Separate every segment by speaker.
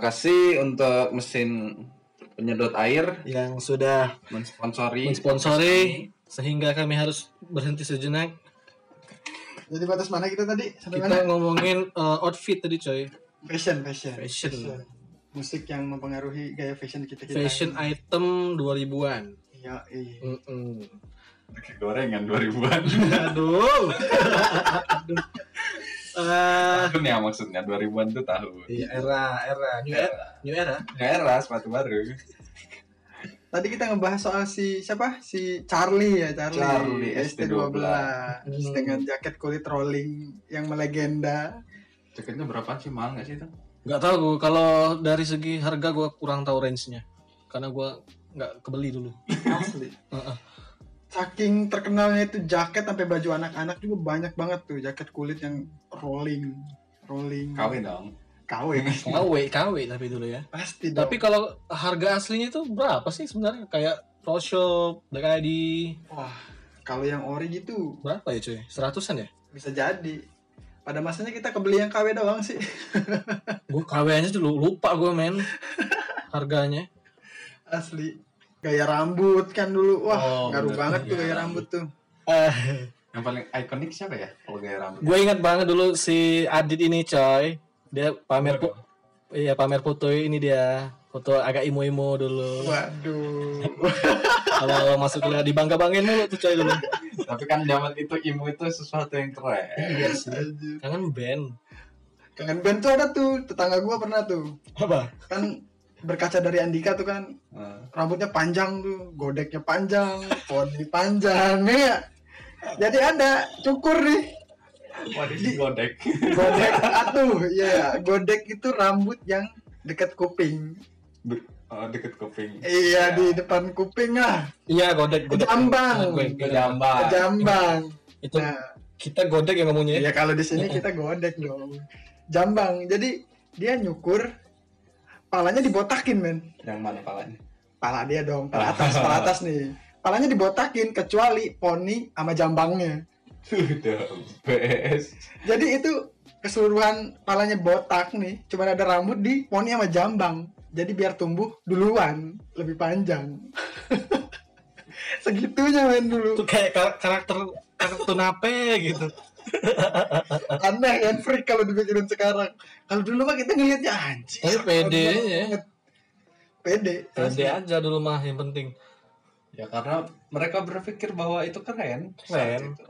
Speaker 1: kasih untuk mesin penyedot air
Speaker 2: yang sudah
Speaker 1: mensponsori
Speaker 3: mensponsori sehingga kami harus berhenti sejenak.
Speaker 4: Jadi batas mana kita tadi? Sampai
Speaker 3: Kita
Speaker 4: mana?
Speaker 3: ngomongin eh, outfit tadi coy.
Speaker 4: Fashion, fashion,
Speaker 3: Fashion.
Speaker 4: Musik yang mempengaruhi gaya fashion kita kita.
Speaker 3: Fashion item 2000-an.
Speaker 4: Iya, iya.
Speaker 3: Mm-mm.
Speaker 5: Pakai gorengan 2000-an.
Speaker 3: Aduh. Aduh. Eh,
Speaker 5: tahun ya maksudnya 2000-an tuh tahun.
Speaker 3: iya, era, era, new era, new era.
Speaker 5: Era sepatu baru.
Speaker 4: Tadi kita ngebahas soal si siapa? Si Charlie ya, Charlie.
Speaker 1: Charlie,
Speaker 4: ST12.
Speaker 3: Hmm.
Speaker 4: Dengan jaket kulit rolling yang melegenda.
Speaker 1: jaketnya berapa sih mahal nggak sih itu
Speaker 3: Gak tau gue kalau dari segi harga gue kurang tahu range-nya karena gue nggak kebeli dulu.
Speaker 4: Asli.
Speaker 3: Heeh.
Speaker 4: Saking terkenalnya itu jaket sampai baju anak-anak juga banyak banget tuh jaket kulit yang rolling, rolling.
Speaker 5: Kawin dong.
Speaker 4: Kawin.
Speaker 3: KW, KW tapi dulu ya.
Speaker 4: Pasti dong.
Speaker 3: Tapi kalau harga aslinya itu berapa sih sebenarnya? Kayak Pro Shop, Black ID,
Speaker 4: Wah, kalau yang ori gitu
Speaker 3: berapa ya cuy? Seratusan ya?
Speaker 4: bisa jadi. Pada masanya kita kebeli yang KW doang sih.
Speaker 3: Gue KW aja dulu lupa gue men harganya.
Speaker 4: Asli. Gaya rambut kan dulu. Wah,
Speaker 5: Oh,
Speaker 4: ngaruh
Speaker 5: bener.
Speaker 4: banget tuh
Speaker 5: Gaya
Speaker 4: gaya rambut tuh.
Speaker 5: Yang paling ikonik siapa ya? Kalau gaya rambut.
Speaker 3: gue Eh, ingat banget dulu si Adit ini coy, dia pamer po- iya pamer foto ini dia foto agak
Speaker 5: Oh.
Speaker 3: imo-imo dulu.
Speaker 4: Waduh.
Speaker 3: kalau masuk kuliah dibangga banggain mulu tuh coy dulu
Speaker 5: Tapi kan zaman itu imu itu sesuatu yang keren.
Speaker 4: Anjir.
Speaker 3: kangen band
Speaker 4: Kangen band tuh ada tuh. Tetangga gua pernah tuh.
Speaker 3: apa
Speaker 4: Kan berkaca dari Andika tuh kan
Speaker 5: Nah,
Speaker 4: rambutnya panjang tuh, godeknya panjang, poni panjang, ya. Jadi ada cukur nih
Speaker 5: Waduh, ini godek.
Speaker 4: godek atuh ya godek itu rambut yang dekat kuping
Speaker 5: Be- oh, deket kuping.
Speaker 4: iya
Speaker 5: Ya.
Speaker 4: di depan kuping lah
Speaker 3: iya godek godek
Speaker 4: Jambang.
Speaker 3: Godek, godek.
Speaker 5: Jambar.
Speaker 4: jambang
Speaker 3: itu
Speaker 5: iya.
Speaker 4: nah
Speaker 3: kita godek yang ngomongnya ya
Speaker 4: ya kalau di sini kita godek dong jambang jadi dia nyukur palanya dibotakin men
Speaker 5: Yang mana palanya?
Speaker 4: pala dia dong pala atas pala atas nih palanya dibotakin kecuali poni sama jambangnya
Speaker 5: Udah, BS.
Speaker 4: jadi itu keseluruhan palanya botak nih cuman ada rambut di poni sama jambang jadi biar tumbuh duluan lebih panjang segitunya main
Speaker 3: itu
Speaker 4: dulu
Speaker 3: kayak kar- karakter kartun apa gitu
Speaker 4: aneh kan freak kalau dipikirin sekarang kalau dulu mah kita ngelihatnya anjing
Speaker 3: tapi pede ya
Speaker 4: pede
Speaker 3: pede aja dulu mah yang penting
Speaker 5: Ya karena mereka berpikir bahwa itu keren. saat
Speaker 3: Keren.
Speaker 5: itu.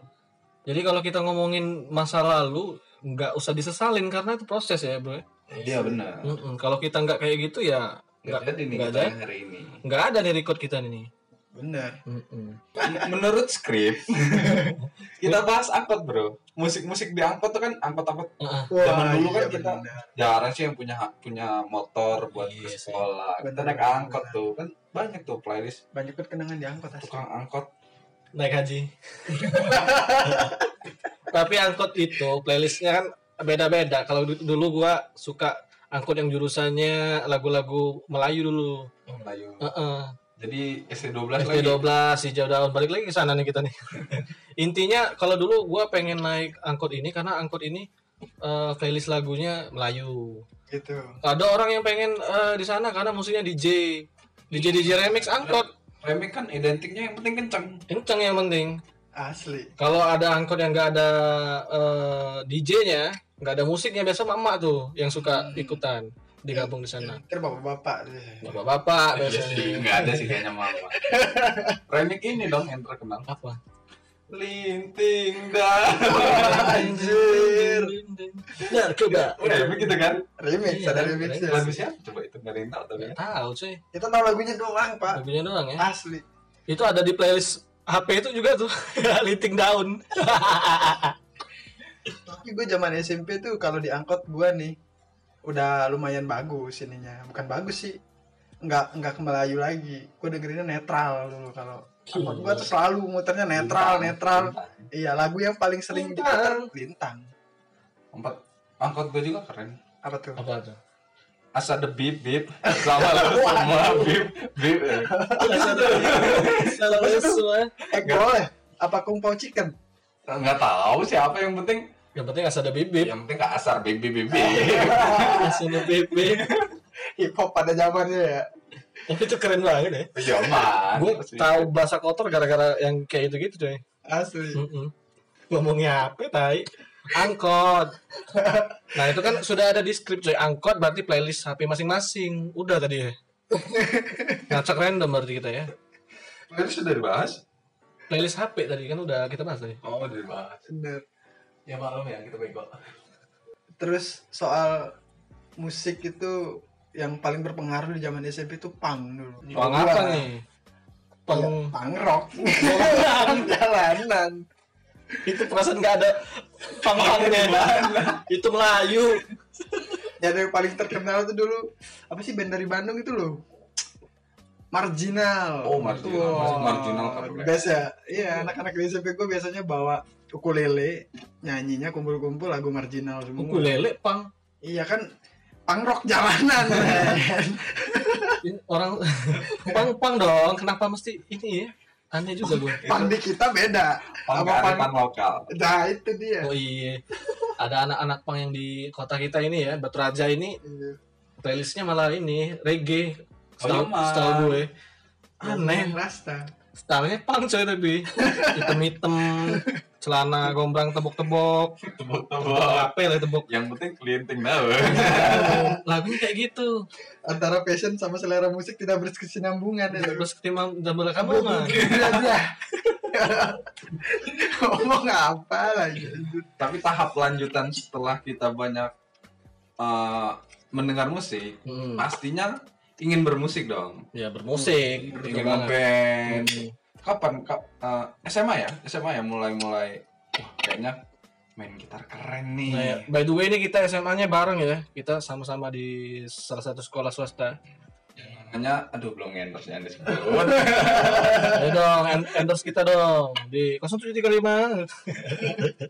Speaker 3: jadi kalau kita ngomongin masa lalu nggak usah disesalin karena itu proses ya bro
Speaker 5: Iya benar.
Speaker 3: Mm-mm. kalau kita nggak kayak gitu ya
Speaker 5: Gak
Speaker 3: nggak
Speaker 5: jadi nih
Speaker 3: nggak
Speaker 5: kita
Speaker 3: ada
Speaker 5: hari ini.
Speaker 3: nggak ada nih record kita nih
Speaker 4: bener
Speaker 3: Mm-mm.
Speaker 5: Men- Menurut skrip, kita bahas angkot bro. Musik-musik di angkot tuh kan angkot-angkot
Speaker 3: Ah,
Speaker 5: Zaman dulu kan
Speaker 4: iya
Speaker 5: kita-
Speaker 4: bener.
Speaker 5: jarang sih yang punya punya motor buat ke
Speaker 3: Iya sih.
Speaker 5: sekolah. Kita
Speaker 4: Benar,
Speaker 5: naik
Speaker 4: benar,
Speaker 5: angkot
Speaker 4: benar.
Speaker 5: tuh kan banyak tuh playlist
Speaker 4: banyak banget kenangan di angkot asli
Speaker 5: tukang angkot.
Speaker 3: naik haji tapi angkot itu playlistnya kan beda-beda kalau du- dulu gua suka angkot yang jurusannya lagu-lagu Melayu dulu
Speaker 5: Melayu.
Speaker 3: Heeh.
Speaker 5: Jadi SD12 lagi.
Speaker 3: SD12 hijau daun balik lagi ke sana nih kita nih intinya kalau dulu gua pengen naik angkot ini karena angkot ini eh, playlist lagunya Melayu
Speaker 4: gitu
Speaker 3: ada orang yang pengen eh, di sana karena musiknya DJ DJ DJ remix angkot
Speaker 5: Remix kan identiknya yang penting kenceng.
Speaker 3: kenceng yang penting
Speaker 4: asli
Speaker 3: Kalau ada angkot yang nggak ada DJ-nya, nggak ada musiknya biasa mama tuh yang suka ikutan di kampung di sana.
Speaker 4: Ntar bapak-bapak
Speaker 5: Hmm.
Speaker 3: Bapak-bapak
Speaker 5: Iya
Speaker 3: biasanya.
Speaker 5: sih, nggak ada sih kayaknya mama. Remix ini dong yang terkenal.
Speaker 3: Apa?
Speaker 5: Linting dah.
Speaker 4: Anjir.
Speaker 3: Nah, coba.
Speaker 5: Udah ya begitu kan?
Speaker 4: remix
Speaker 3: Iya,
Speaker 4: ada
Speaker 3: remix,
Speaker 4: remix
Speaker 3: remix.
Speaker 5: Lagu siapa? Coba itu nggak ada yang tahu tapi.
Speaker 3: Nggak tahu sih.
Speaker 4: kita tahu lagunya doang pak
Speaker 3: Lagunya doang ya.
Speaker 4: asli
Speaker 3: Itu ada di playlist HP itu juga tuh. Linting daun.
Speaker 4: tapi gue zaman SMP tuh kalau diangkut gue nih udah lumayan bagus ininya bukan bagus sih nggak nggak ke Melayu lagi gue dengerinnya netral dulu kalau angkot gue tuh selalu muternya netral
Speaker 5: Lintang,
Speaker 4: netral
Speaker 5: lintang.
Speaker 4: iya lagu yang paling sering
Speaker 3: Lintang.
Speaker 4: diputar lintang
Speaker 5: Empat. Angkot gue juga keren.
Speaker 4: apa tuh
Speaker 3: Apa tuh?
Speaker 5: Asa the bip bip sama lagu semua bip bip.
Speaker 3: Salah semua.
Speaker 4: egg roll ya? apa kung pao chicken
Speaker 5: Nggak tahu siapa yang penting
Speaker 3: Yang penting asal ada bibit. Iya.
Speaker 5: yang penting kasar bibip bibip
Speaker 3: Asal ada bibit.
Speaker 4: hip hop pada zamannya ya
Speaker 3: Tapi itu keren banget ya.
Speaker 5: Zaman.
Speaker 3: Gue
Speaker 5: Asli.
Speaker 3: tahu bahasa kotor gara-gara yang kayak itu gitu coy.
Speaker 4: asli
Speaker 3: Mm-mm. Ngomongnya apa tai? Angkot. Nah itu kan sudah ada di script coy. Angkot berarti playlist HP masing-masing. Udah tadi ya. Ngacak random berarti kita ya.
Speaker 5: Tadi sudah dibahas.
Speaker 3: Playlist HP tadi kan udah kita bahas tadi.
Speaker 5: Oh, udah dibahas.
Speaker 4: bener
Speaker 5: Ya maklum ya kita bego.
Speaker 4: terus soal musik itu yang paling berpengaruh di zaman SMP itu punk dulu
Speaker 5: Oh,
Speaker 3: Pang
Speaker 4: Gua-
Speaker 3: apa nih? Pang
Speaker 4: Ya, punk rock
Speaker 3: Iya.
Speaker 4: Punk jalanan
Speaker 3: itu perasaan nggak ada pang-pangnya. itu Melayu.
Speaker 4: dan yang paling terkenal tuh dulu apa sih band dari Bandung itu loh marginal
Speaker 5: Oh, Marginal. Mas- Marginal kan cover band.
Speaker 4: biasa iya anak-anak di SMP gue biasanya bawa ukulele nyanyinya kumpul-kumpul lagu marginal semua
Speaker 3: Ukulele pang.
Speaker 4: iya kan punk rock jalanan men.
Speaker 3: Ini orang pang pang dong kenapa mesti ini ya aneh juga gue
Speaker 4: punk di kita beda Apa
Speaker 5: Pengkarifan lokal.
Speaker 4: nah itu dia
Speaker 3: oh iya ada anak-anak pang yang di kota kita ini ya Batu Raja ini
Speaker 4: Iya.
Speaker 3: playlistnya malah ini reggae
Speaker 5: Oh, iya,
Speaker 3: setahu
Speaker 5: Mas.
Speaker 3: setahu gue
Speaker 4: Yang
Speaker 3: aneh
Speaker 4: rasta
Speaker 3: stylenya pang coy tadi hitam-hitam celana gombrang tebok-tebok
Speaker 5: Tebok-tebok.
Speaker 3: apa lah tebok
Speaker 5: Yang penting kelinting tahu.
Speaker 3: lagunya kayak gitu
Speaker 4: antara passion sama selera musik tidak berkesinambungan ya
Speaker 3: terus ketimbang jambul kamu mah
Speaker 4: Iya. Ngomong apa lagi?
Speaker 5: Tapi tahap lanjutan setelah kita banyak eh, mendengar musik,
Speaker 3: Hmm,
Speaker 5: pastinya ingin bermusik dong.
Speaker 3: ya bermusik
Speaker 5: ingin
Speaker 3: betul banget.
Speaker 5: ngeband.
Speaker 3: Hmm.
Speaker 5: Kapan Kak? Eh, SMA ya? SMA ya mulai-mulai wah kayaknya main gitar keren nih.
Speaker 3: Nah, ya. by the way ini kita SMA-nya bareng ya. Kita sama-sama di salah satu sekolah swasta.
Speaker 5: Hanya aduh belum endorse yang disebut.
Speaker 3: Ayo dong, en- endorse kita dong di 0735.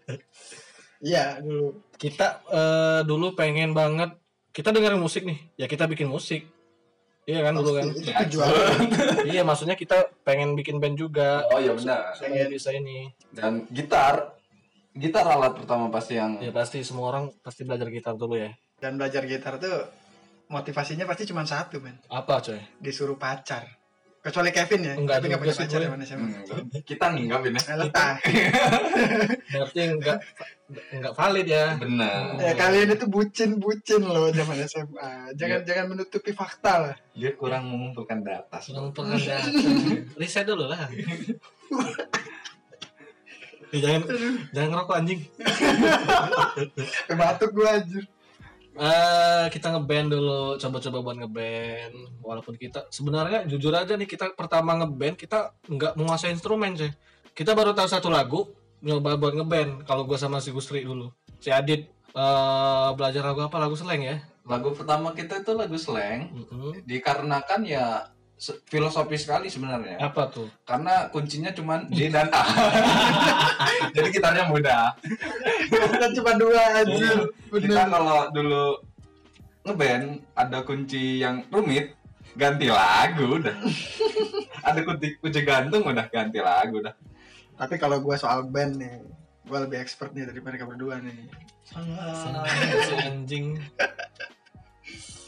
Speaker 4: Iya dulu.
Speaker 3: Kita eh, dulu pengen banget kita dengerin musik nih. Ya kita bikin musik. Iya kan dulu kan.
Speaker 4: Pasti, Itu tujuan.
Speaker 3: iya, maksudnya kita pengen bikin band juga.
Speaker 5: oh iya benar.
Speaker 3: Supaya bisa ini.
Speaker 5: Dan gitar gitar alat pertama pasti yang
Speaker 3: Ya pasti semua orang pasti belajar gitar dulu ya.
Speaker 4: Dan belajar gitar tuh motivasinya pasti cuma satu men.
Speaker 3: Apa coy?
Speaker 4: Disuruh pacar. Kecuali Kevin ya.
Speaker 3: Enggak
Speaker 4: Kevin nggak
Speaker 3: juga
Speaker 4: punya
Speaker 3: sih,
Speaker 4: pacar
Speaker 3: gue.
Speaker 4: ya mana siapa.
Speaker 5: Hmm, kita nginggapin ya.
Speaker 4: Nah, Letah.
Speaker 3: Berarti enggak enggak valid ya.
Speaker 5: Benar.
Speaker 4: Ya, kalian itu bucin-bucin loh zaman SMA.
Speaker 3: Iya.
Speaker 4: Jangan jangan menutupi fakta lah.
Speaker 5: Dia kurang mengumpulkan data.
Speaker 3: Kurang pengadaan. Riset dulu lah. Eh, jangan jangan ngerokok anjing.
Speaker 4: Sampai Batuk gue anjir.
Speaker 3: Eh kita ngeband dulu, coba-coba buat ngeband. Walaupun kita sebenarnya jujur aja nih kita pertama ngeband kita nggak menguasai instrumen sih. Kita baru tahu satu lagu, nyoba buat ngeband. Kalau gua sama si Gusri dulu, si Adit eh belajar lagu apa? Lagu seleng ya.
Speaker 5: Lagu pertama kita itu lagu slang
Speaker 3: Mm-mm.
Speaker 5: dikarenakan ya se- filosofi sekali sebenarnya.
Speaker 3: Apa tuh?
Speaker 5: Karena kuncinya cuman D dan A. Jadi gitarnya mudah.
Speaker 4: Kita Kan cuma dua anjir.
Speaker 3: Iya.
Speaker 5: Kita
Speaker 4: Bener.
Speaker 5: kalau dulu ngeband ada kunci yang rumit ganti lagu udah. ada kunci kunci gantung udah ganti lagu udah.
Speaker 4: Tapi kalau gue soal band nih. Gue lebih expert nih dari mereka berdua nih.
Speaker 3: Si anjing.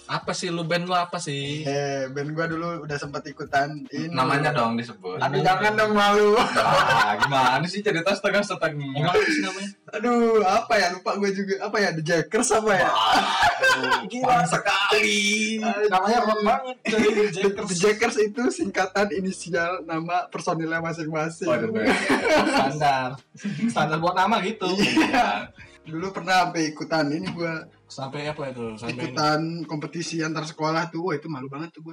Speaker 3: Apa sih lu band lu apa sih?
Speaker 4: Eh, band gue dulu udah sempat ikutan. Ini.
Speaker 5: Namanya dong disebut.
Speaker 4: Aduh jangan dong malu.
Speaker 5: Ah, gimana sih cerita setengah-setengah?
Speaker 3: Emang apa sih namanya?
Speaker 4: Aduh, apa ya? Lupa gue juga. Apa ya? The Jackers apa ya?
Speaker 5: Gila sekali. Namanya rock banget.
Speaker 3: Iya,
Speaker 4: The Jackers itu singkatan inisial nama personilnya masing-masing.
Speaker 5: Waduh,
Speaker 3: standar standar buat nama gitu
Speaker 5: Iya.
Speaker 4: Dulu pernah sampai ikutan ini gue
Speaker 3: sampai apa itu sampai ini.
Speaker 4: ikutan kompetisi antar sekolah tuh. Wah, itu malu banget tuh gue.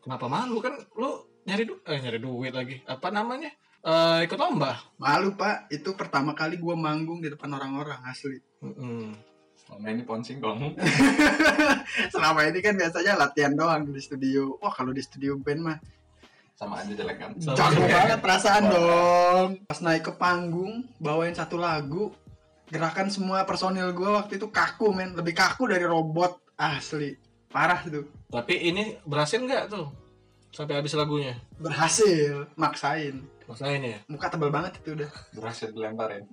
Speaker 3: kenapa malu kan lu nyari du eh, nyari duit lagi apa namanya Eh, ikut lomba
Speaker 4: Malu, Pak. Itu pertama kali gue manggung di depan orang-orang asli.
Speaker 3: Mm-mm.
Speaker 5: Selama ini ponsing dong.
Speaker 4: Selama ini kan biasanya latihan doang di studio. Wah, kalau di studio band mah
Speaker 5: Sama aja jelek kan.
Speaker 3: Sama
Speaker 4: Jago
Speaker 3: aja.
Speaker 4: banget perasaan dong. Pas naik ke panggung, bawain satu lagu, gerakan semua personil gue waktu itu kaku men, lebih kaku dari robot asli, parah tuh.
Speaker 3: tapi ini berhasil nggak tuh sampai habis lagunya
Speaker 4: Berhasil, maksain.
Speaker 3: masalah ini ya
Speaker 4: Muka tebal banget itu udah.
Speaker 5: Berhasil dilemparin.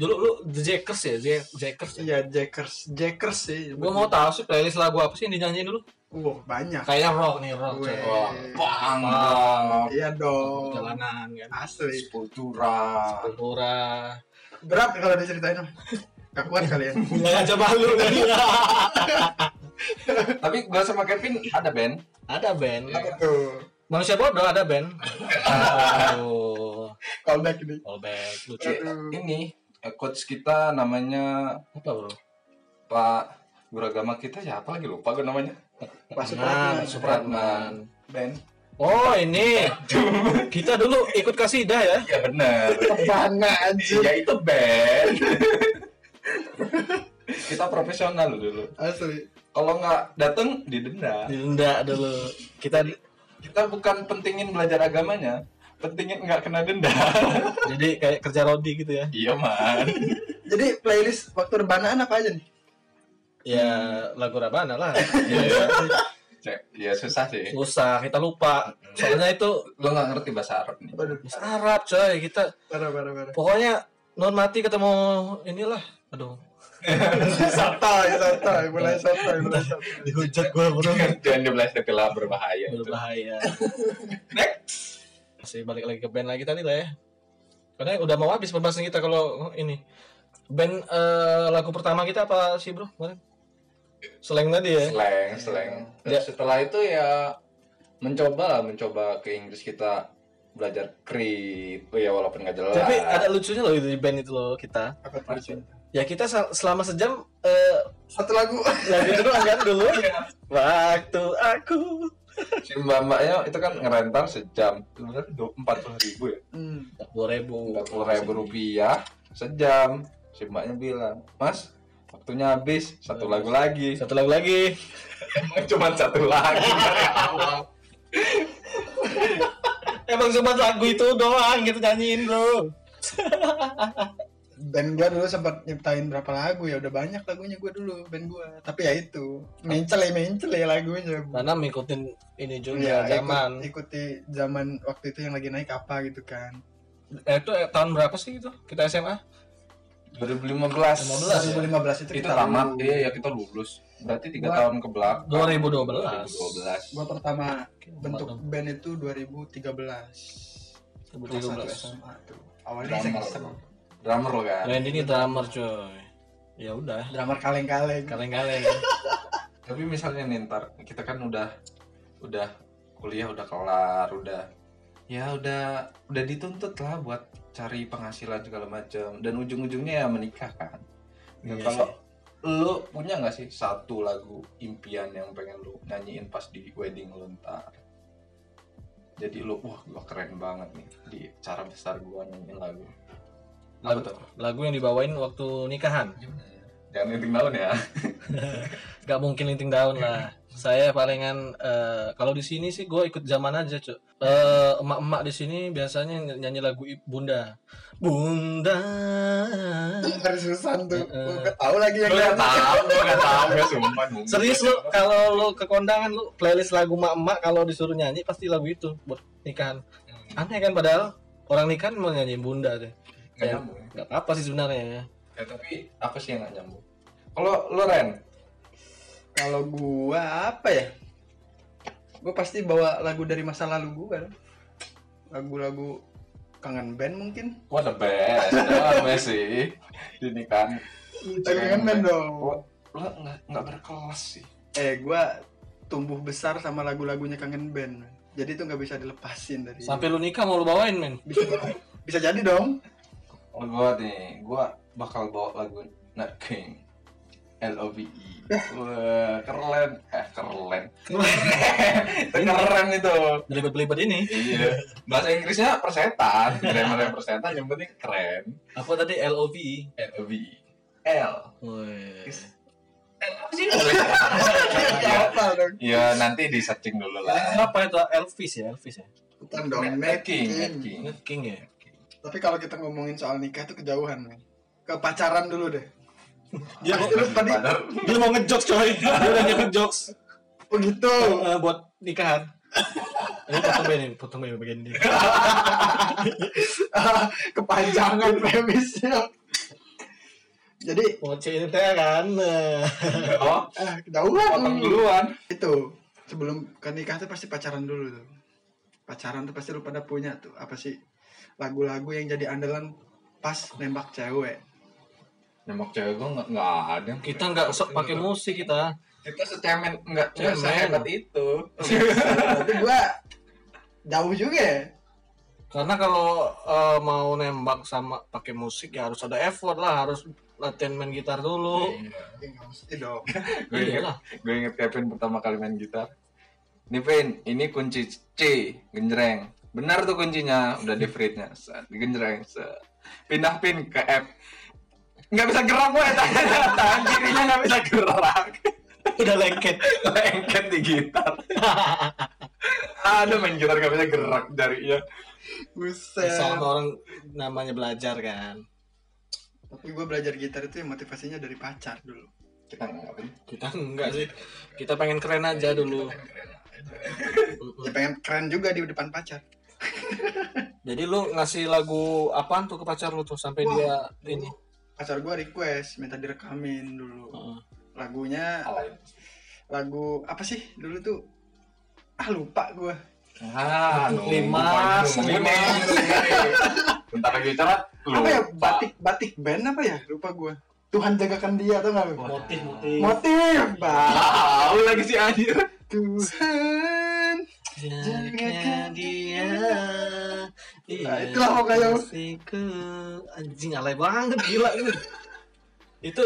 Speaker 3: dulu lu The Jackers ya Jack- Jackers ya?
Speaker 4: Iya Jackers, Jackers sih.
Speaker 3: gue mau tahu sih playlist lagu apa sih yang dinyanyiin dulu
Speaker 4: Wah banyak.
Speaker 3: kayaknya rock nih rock
Speaker 4: Weh.
Speaker 3: coy.
Speaker 5: Wah, bang, bang.
Speaker 4: Iya dong.
Speaker 3: jalanan kan
Speaker 4: Asli.
Speaker 5: Sepultura.
Speaker 3: Sepultura
Speaker 4: Berat kalau diceritain. Gak kuat ya. kalian.
Speaker 3: bilang aja malu kan?
Speaker 5: Tapi gue sama Kevin ada band.
Speaker 3: ada band
Speaker 4: Apa tuh?
Speaker 3: manusia bodoh ada band aduh
Speaker 4: Callback ini.
Speaker 3: all back lucu
Speaker 4: Aduh.
Speaker 5: Ini eh, coach kita namanya
Speaker 3: apa bro
Speaker 5: Pak Guragama kita siapa lagi lupa gue namanya.
Speaker 4: Pak
Speaker 3: Nah,
Speaker 4: Supratman.
Speaker 5: Supratman. Band.
Speaker 3: oh ini kita dulu ikut kasidah ya
Speaker 5: Iya bener.
Speaker 4: Bangga anjing.
Speaker 5: Iya itu band. kita profesional dulu.
Speaker 4: Asli.
Speaker 5: Kalau nggak dateng didenda.
Speaker 3: didenda dulu kita
Speaker 5: Kita bukan pentingin belajar agamanya, pentingin nggak kena denda.
Speaker 3: jadi kayak kerja rodi gitu ya
Speaker 5: iya man.
Speaker 4: Jadi playlist waktu rebanaan apa aja nih?
Speaker 3: ya lagu rabana lah
Speaker 5: Iya. Cek, Iya susah sih.
Speaker 3: susah kita lupa soalnya itu
Speaker 5: Lo nggak ngerti bahasa Arab nih.
Speaker 4: Waduh,
Speaker 3: bahasa Arab coy kita
Speaker 4: parah parah parah.
Speaker 3: pokoknya non mati ketemu inilah aduh
Speaker 4: santai, santai, mulai santai, mulai santai.
Speaker 3: dihujat gue bro
Speaker 5: Jangan dibelas dekelah berbahaya.
Speaker 3: berbahaya
Speaker 5: Next.
Speaker 3: masih balik lagi ke band lagi tadi lah ya karena udah mau habis pembahasan kita kalau ini band eh, lagu pertama kita apa sih bro kemarin selain tadi ya
Speaker 5: Slang, slang.
Speaker 3: Ya.
Speaker 5: Setelah itu ya mencoba lah, mencoba ke Inggris kita belajar Creed. Oh ya walaupun nggak jelas.
Speaker 3: tapi ada lucunya loh itu di band itu loh kita
Speaker 4: Apa tuh lucunya?
Speaker 3: ya kita sel- selama sejam eh,
Speaker 4: Satu lagu.
Speaker 3: lagu itu doang kan dulu waktu aku
Speaker 5: si mbak mbaknya itu kan ngerental sejam sebenarnya empat puluh ribu ya
Speaker 4: Hmm.
Speaker 3: dua ribu
Speaker 5: empat puluh ribu rupiah sejam si mbaknya bilang mas waktunya habis satu lagu lagi
Speaker 3: satu lagu lagi
Speaker 5: emang cuma satu lagi dari awal
Speaker 3: emang cuma lagu itu doang gitu nyanyiin bro
Speaker 4: Band gua dulu sempat nyiptain berapa lagu ya udah banyak lagunya gua dulu band gua. Tapi ya itu, mencel ya mencel ya lagunya.
Speaker 3: karena ngikutin ini
Speaker 5: Iya,
Speaker 3: juga
Speaker 4: Ya,
Speaker 3: zaman
Speaker 4: ikut, ikuti zaman waktu itu yang lagi naik apa gitu kan.
Speaker 3: eh, itu eh, tahun berapa sih itu kita SMA 15
Speaker 5: 2015
Speaker 3: ya?
Speaker 4: 2015 itu,
Speaker 5: itu
Speaker 4: kita
Speaker 5: Iya. tamat
Speaker 4: dulu.
Speaker 5: iya ya kita lulus berarti tiga
Speaker 4: Gua-
Speaker 5: tahun ke belakang
Speaker 3: 2012.
Speaker 5: 2012
Speaker 4: Gua pertama bentuk
Speaker 3: Bentuk
Speaker 4: band itu 2013. Kelas satu
Speaker 5: ya?
Speaker 3: 2013
Speaker 4: SMA tuh. Awalnya
Speaker 5: drummer
Speaker 4: saya sama
Speaker 5: drummer lo kan
Speaker 3: Randy ini drummer coy. Ya udah,
Speaker 4: drummer kaleng-kaleng.
Speaker 3: kaleng-kaleng.
Speaker 5: tapi misalnya nih ntar kita kan udah udah kuliah udah kelar udah ya udah udah dituntut lah buat cari penghasilan segala macam dan ujung-ujungnya ya menikah kan Dan
Speaker 3: Iya
Speaker 5: kalau lu punya nggak sih satu lagu impian yang pengen lu nyanyiin pas di wedding lu ntar jadi lu wah gua keren banget nih di cara besar gua nyanyiin lagu lagu tuh
Speaker 3: Lagu yang dibawain waktu nikahan.
Speaker 5: jangan inting tahun ya
Speaker 3: Gak mungkin linting daun lah. Saya palingan eh, kalau di sini sih gue ikut zaman aja, cuy. Eh, emak-emak di sini biasanya ny- nyanyi lagu i- Bunda. Bunda.
Speaker 4: Dari Susan tuh.
Speaker 3: Heeh.
Speaker 4: Gua nggak tahu lagi yang
Speaker 5: Gua Eh, nggak
Speaker 4: lain.
Speaker 5: tahu gua nggak tahu ya sumpah
Speaker 3: Serius lu kalau lu ke kondangan lu playlist lagu emak-emak kalau disuruh nyanyi pasti lagu itu buat nikahan. Aneh kan padahal orang nikahan mau nyanyi Bunda deh.
Speaker 5: Nggak nyambung ya.
Speaker 3: Gak apa-apa sih sebenarnya.
Speaker 5: Ya, tapi apa sih yang gak nyambung? Kalau lo Ren,
Speaker 4: Kalau gua apa ya? Gua pasti bawa lagu dari masa lalu gua. kan. Lagu-lagu kangen band mungkin.
Speaker 5: what the best, apa sih? Ini kan,
Speaker 4: Iya, Kangen band dong.
Speaker 5: lo nggak nggak berkelas sih.
Speaker 4: Eh gua tumbuh besar sama lagu-lagunya kangen band. Jadi itu nggak bisa dilepasin dari.
Speaker 3: Sampai lu nikah mau lu bawain, men.
Speaker 4: Bisa, bisa jadi dong.
Speaker 5: Kalau gue nih, gue bakal bawa lagu Nat King, L O V E. Wah, keren, eh keren, Itu keren itu.
Speaker 3: Belibet-belibet ini.
Speaker 5: Iya, bahasa Inggrisnya persetan, grammarnya persetan, yang penting keren.
Speaker 3: Apa tadi LOVE?
Speaker 5: L O V E, L.
Speaker 3: Wih.
Speaker 4: Apa dong?
Speaker 5: Ya nanti di searching dulu lah.
Speaker 3: Apa itu Elvis ya, Elvis ya?
Speaker 4: Bukan dong.
Speaker 5: Nat King, Nat
Speaker 4: Nat King.
Speaker 5: King.
Speaker 3: Nat King ya.
Speaker 4: Tapi kalau kita ngomongin soal nikah tuh kejauhan nih. Ke pacaran dulu deh.
Speaker 5: Ya,
Speaker 3: Dia mau,
Speaker 4: Pasti lu tadi
Speaker 5: Padahal
Speaker 3: dia mau ngejokes coy. Dia udah ngejokes
Speaker 4: oh gitu.
Speaker 3: eh, buat nikahan. Ini potong ini, potong ini bagian ini.
Speaker 4: Kepanjangan premisnya. Jadi
Speaker 3: Poce ini teh kan.
Speaker 5: oh
Speaker 4: ah
Speaker 5: potong
Speaker 4: kedauan
Speaker 5: duluan
Speaker 4: itu sebelum ke nikah tuh pasti pacaran dulu tuh pacaran tuh pasti lu pada punya tuh apa sih lagu-lagu yang jadi andalan pas nembak cewek
Speaker 5: nembak cewek gue nggak nggak ada yang
Speaker 3: Kita nggak sok pakai musik kita.
Speaker 5: kita secemen nggak nggak
Speaker 3: Cemen.
Speaker 5: sehebat itu
Speaker 4: berarti gua jauh juga ya
Speaker 3: Karena kalau eh, mau nembak sama pakai musik ya harus ada effort lah, harus latihan main gitar dulu. Iya
Speaker 4: Ya, nggak mesti dong
Speaker 5: gue inget
Speaker 3: Iyalah.
Speaker 5: gue inget Kevin pertama kali main gitar nih Vin ini kunci C genjreng benar tuh kuncinya udah di fritnya set genjreng set pindah pin ke F nggak bisa gerak gue tangan tangan kirinya nggak bisa gerak
Speaker 3: Udah lengket.
Speaker 5: lengket di gitar aduh main gitar nggak bisa gerak ya. jarinya
Speaker 4: buset
Speaker 3: Sama orang namanya belajar kan.
Speaker 4: tapi gua belajar gitar itu yang motivasinya dari pacar dulu
Speaker 5: kita nggak pun
Speaker 3: Kita enggak sih. Kita pengen keren aja dulu.
Speaker 4: ya pengen keren juga di depan pacar
Speaker 3: Jadi lu ngasih lagu apaan tuh ke pacar lu tuh sampai
Speaker 4: Wah.
Speaker 3: dia ini.
Speaker 4: pacar gua request minta direkamin dulu
Speaker 3: Heeh.
Speaker 4: lagunya
Speaker 3: Oh.
Speaker 4: lagu apa sih dulu tuh ah lupa gua
Speaker 5: ah lu-
Speaker 3: Limas,
Speaker 5: lu- lu-
Speaker 3: limas.
Speaker 5: bentar lagi cerat lu
Speaker 4: apa ya batik batik band apa ya lupa gua Tuhan jagakan dia tuh nggak lu?
Speaker 3: Motif, motif.
Speaker 4: motif bang
Speaker 5: tahu lagi si anjir
Speaker 4: Tuhan
Speaker 3: Jagakan dia.
Speaker 4: Nah, itulah pokoknya.
Speaker 3: kasihku. Anjing alay banget gila ini. Itu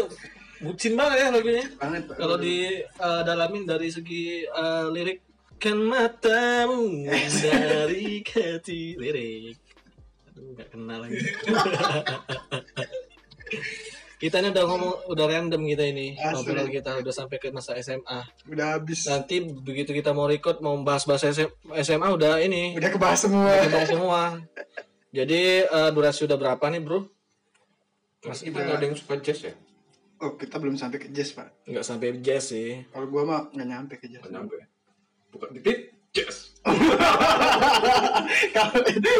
Speaker 3: bucin banget ya lagunya.
Speaker 4: banget Pak.
Speaker 3: Kalau di eh, dalamin dari segi eh, lirik kan matamu dari hati lirik. Aduh nggak kenal lagi. kita ini udah ngomong udah random kita ini
Speaker 4: Asli.
Speaker 3: obrolan kita udah sampai ke masa SMA
Speaker 4: udah habis
Speaker 3: nanti begitu kita mau record mau bahas bahas SMA udah ini
Speaker 4: udah kebahas semua
Speaker 3: udah semua jadi eh, durasi udah berapa nih bro
Speaker 5: Mas Ibu nggak ada yang suka jazz ya?
Speaker 4: oh kita belum sampai ke jazz pak
Speaker 3: nggak sampai jazz sih
Speaker 4: kalau gua mah nggak nyampe ke jazz
Speaker 5: Nggak nyampe. Bukan titik jazz.
Speaker 4: kalau itu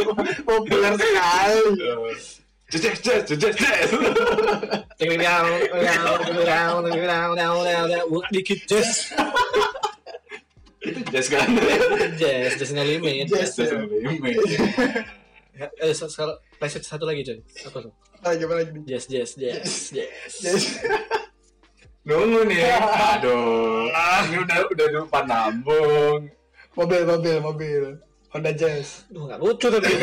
Speaker 4: populer sekali
Speaker 5: Jazz jazz jazz jazz jazz. jazz.
Speaker 3: dikit jazz
Speaker 5: Itu jazz kan?
Speaker 3: jazz jazz no limit
Speaker 4: Jazz.
Speaker 5: Jazz sama Limit.
Speaker 3: eh se- sekarang playset satu lagi John apa tuh
Speaker 4: Nah, gimana lagi
Speaker 3: jazz jazz jazz jazz
Speaker 4: jazz
Speaker 5: Nunggu nih. Aduh. Ah, ini udah udah lupa nambung.
Speaker 4: mobil mobil mobil Honda Jazz
Speaker 3: Duh, nggak lucu tapi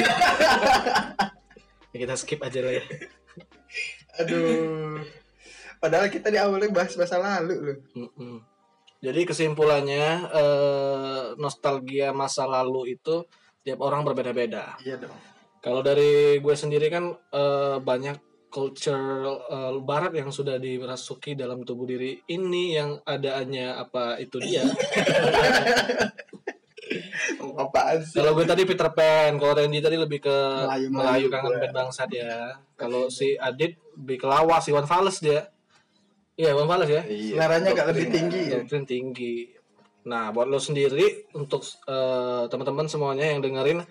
Speaker 3: Ya, kita skip aja lah ya
Speaker 4: aduh padahal kita di awalnya bahas masa lalu loh
Speaker 3: Mm-mm. Jadi kesimpulannya eh, nostalgia masa lalu itu tiap orang berbeda-beda.
Speaker 4: iya dong
Speaker 3: Kalau dari gue sendiri kan eh, banyak culture eh, barat yang sudah dirasuki dalam tubuh diri ini yang adaannya apa itu dia.
Speaker 4: apaan sih
Speaker 3: Kalau gue tadi Peter Pan, kalau Randy tadi lebih ke Melayu,
Speaker 4: Melayu- Melayu
Speaker 3: kangen
Speaker 4: gue.
Speaker 3: band bangsat ya. Kalau si Adit lebih ke lawas, Iwan Fals dia. Iya, Iwan Fals ya.
Speaker 4: seleranya agak lebih tinggi ya
Speaker 3: doktrin tinggi. Nah, buat lo sendiri untuk eh, teman-teman semuanya yang dengerin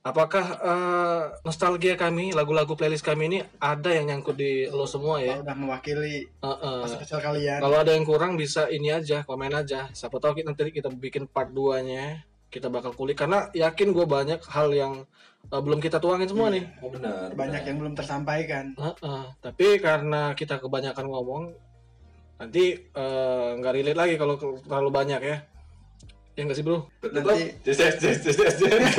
Speaker 3: apakah eh, nostalgia kami, lagu-lagu playlist kami ini ada yang nyangkut di lo semua ya?
Speaker 4: udah mewakili
Speaker 3: Eh, eh.
Speaker 4: masa kecil kalian
Speaker 3: Kalau ada yang kurang bisa ini aja, komen aja. Siapa tahu kita nanti kita bikin part 2-nya. Kita bakal kulik karena yakin gue banyak hal yang eh, belum kita tuangin semua nih.
Speaker 5: Oh benar.
Speaker 4: banyak yang belum tersampaikan
Speaker 3: Heeh, tapi karena kita kebanyakan ngomong nanti eh, nggak relate lagi kalau ke- terlalu banyak ya ya nggak sih bro
Speaker 5: Tetap
Speaker 4: Nanti-
Speaker 5: jazz jazz jazz jazz jazz, jazz.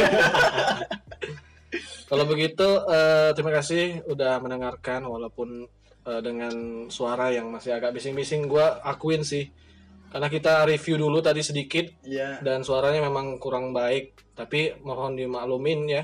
Speaker 3: kalau begitu eh, terima kasih udah mendengarkan walaupun eh, dengan suara yang masih agak bising-bising gua akuin sih karena kita review dulu tadi sedikit
Speaker 4: iya
Speaker 3: dan suaranya memang kurang baik tapi mohon dimaklumin ya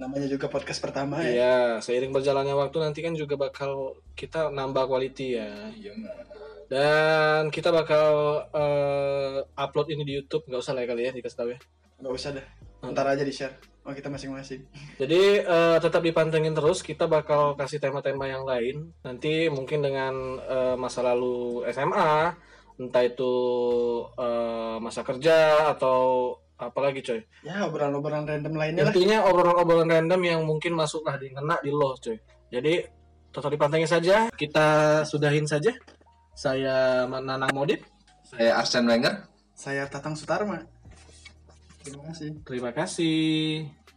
Speaker 4: namanya juga podcast pertama ya
Speaker 3: Iya, seiring berjalannya waktu nanti kan juga bakal kita nambah quality ya.
Speaker 5: Iya, nah.
Speaker 3: Dan kita bakal eh, upload ini di YouTube, nggak usah lah ya kali ya dikasih tahu ya.
Speaker 4: nggak usah dah
Speaker 3: Eh.
Speaker 4: ntar aja di share oh kita masing-masing
Speaker 3: Jadi eh, tetap dipantengin terus, kita bakal kasih tema-tema yang lain. Nanti mungkin dengan eh, masa lalu SMA, entah itu eh, masa kerja atau apalagi coy.
Speaker 4: ya obrolan-obrolan random lainnya lah
Speaker 3: Intinya obrolan-obrolan random yang mungkin masuk lah di kena di lo coy. Jadi Toto dipantengin saja. Kita sudahin saja. Saya Nanang Modip.
Speaker 5: Saya Arsene Wenger.
Speaker 4: Saya Tatang Sutarma. Terima kasih.
Speaker 3: Terima kasih.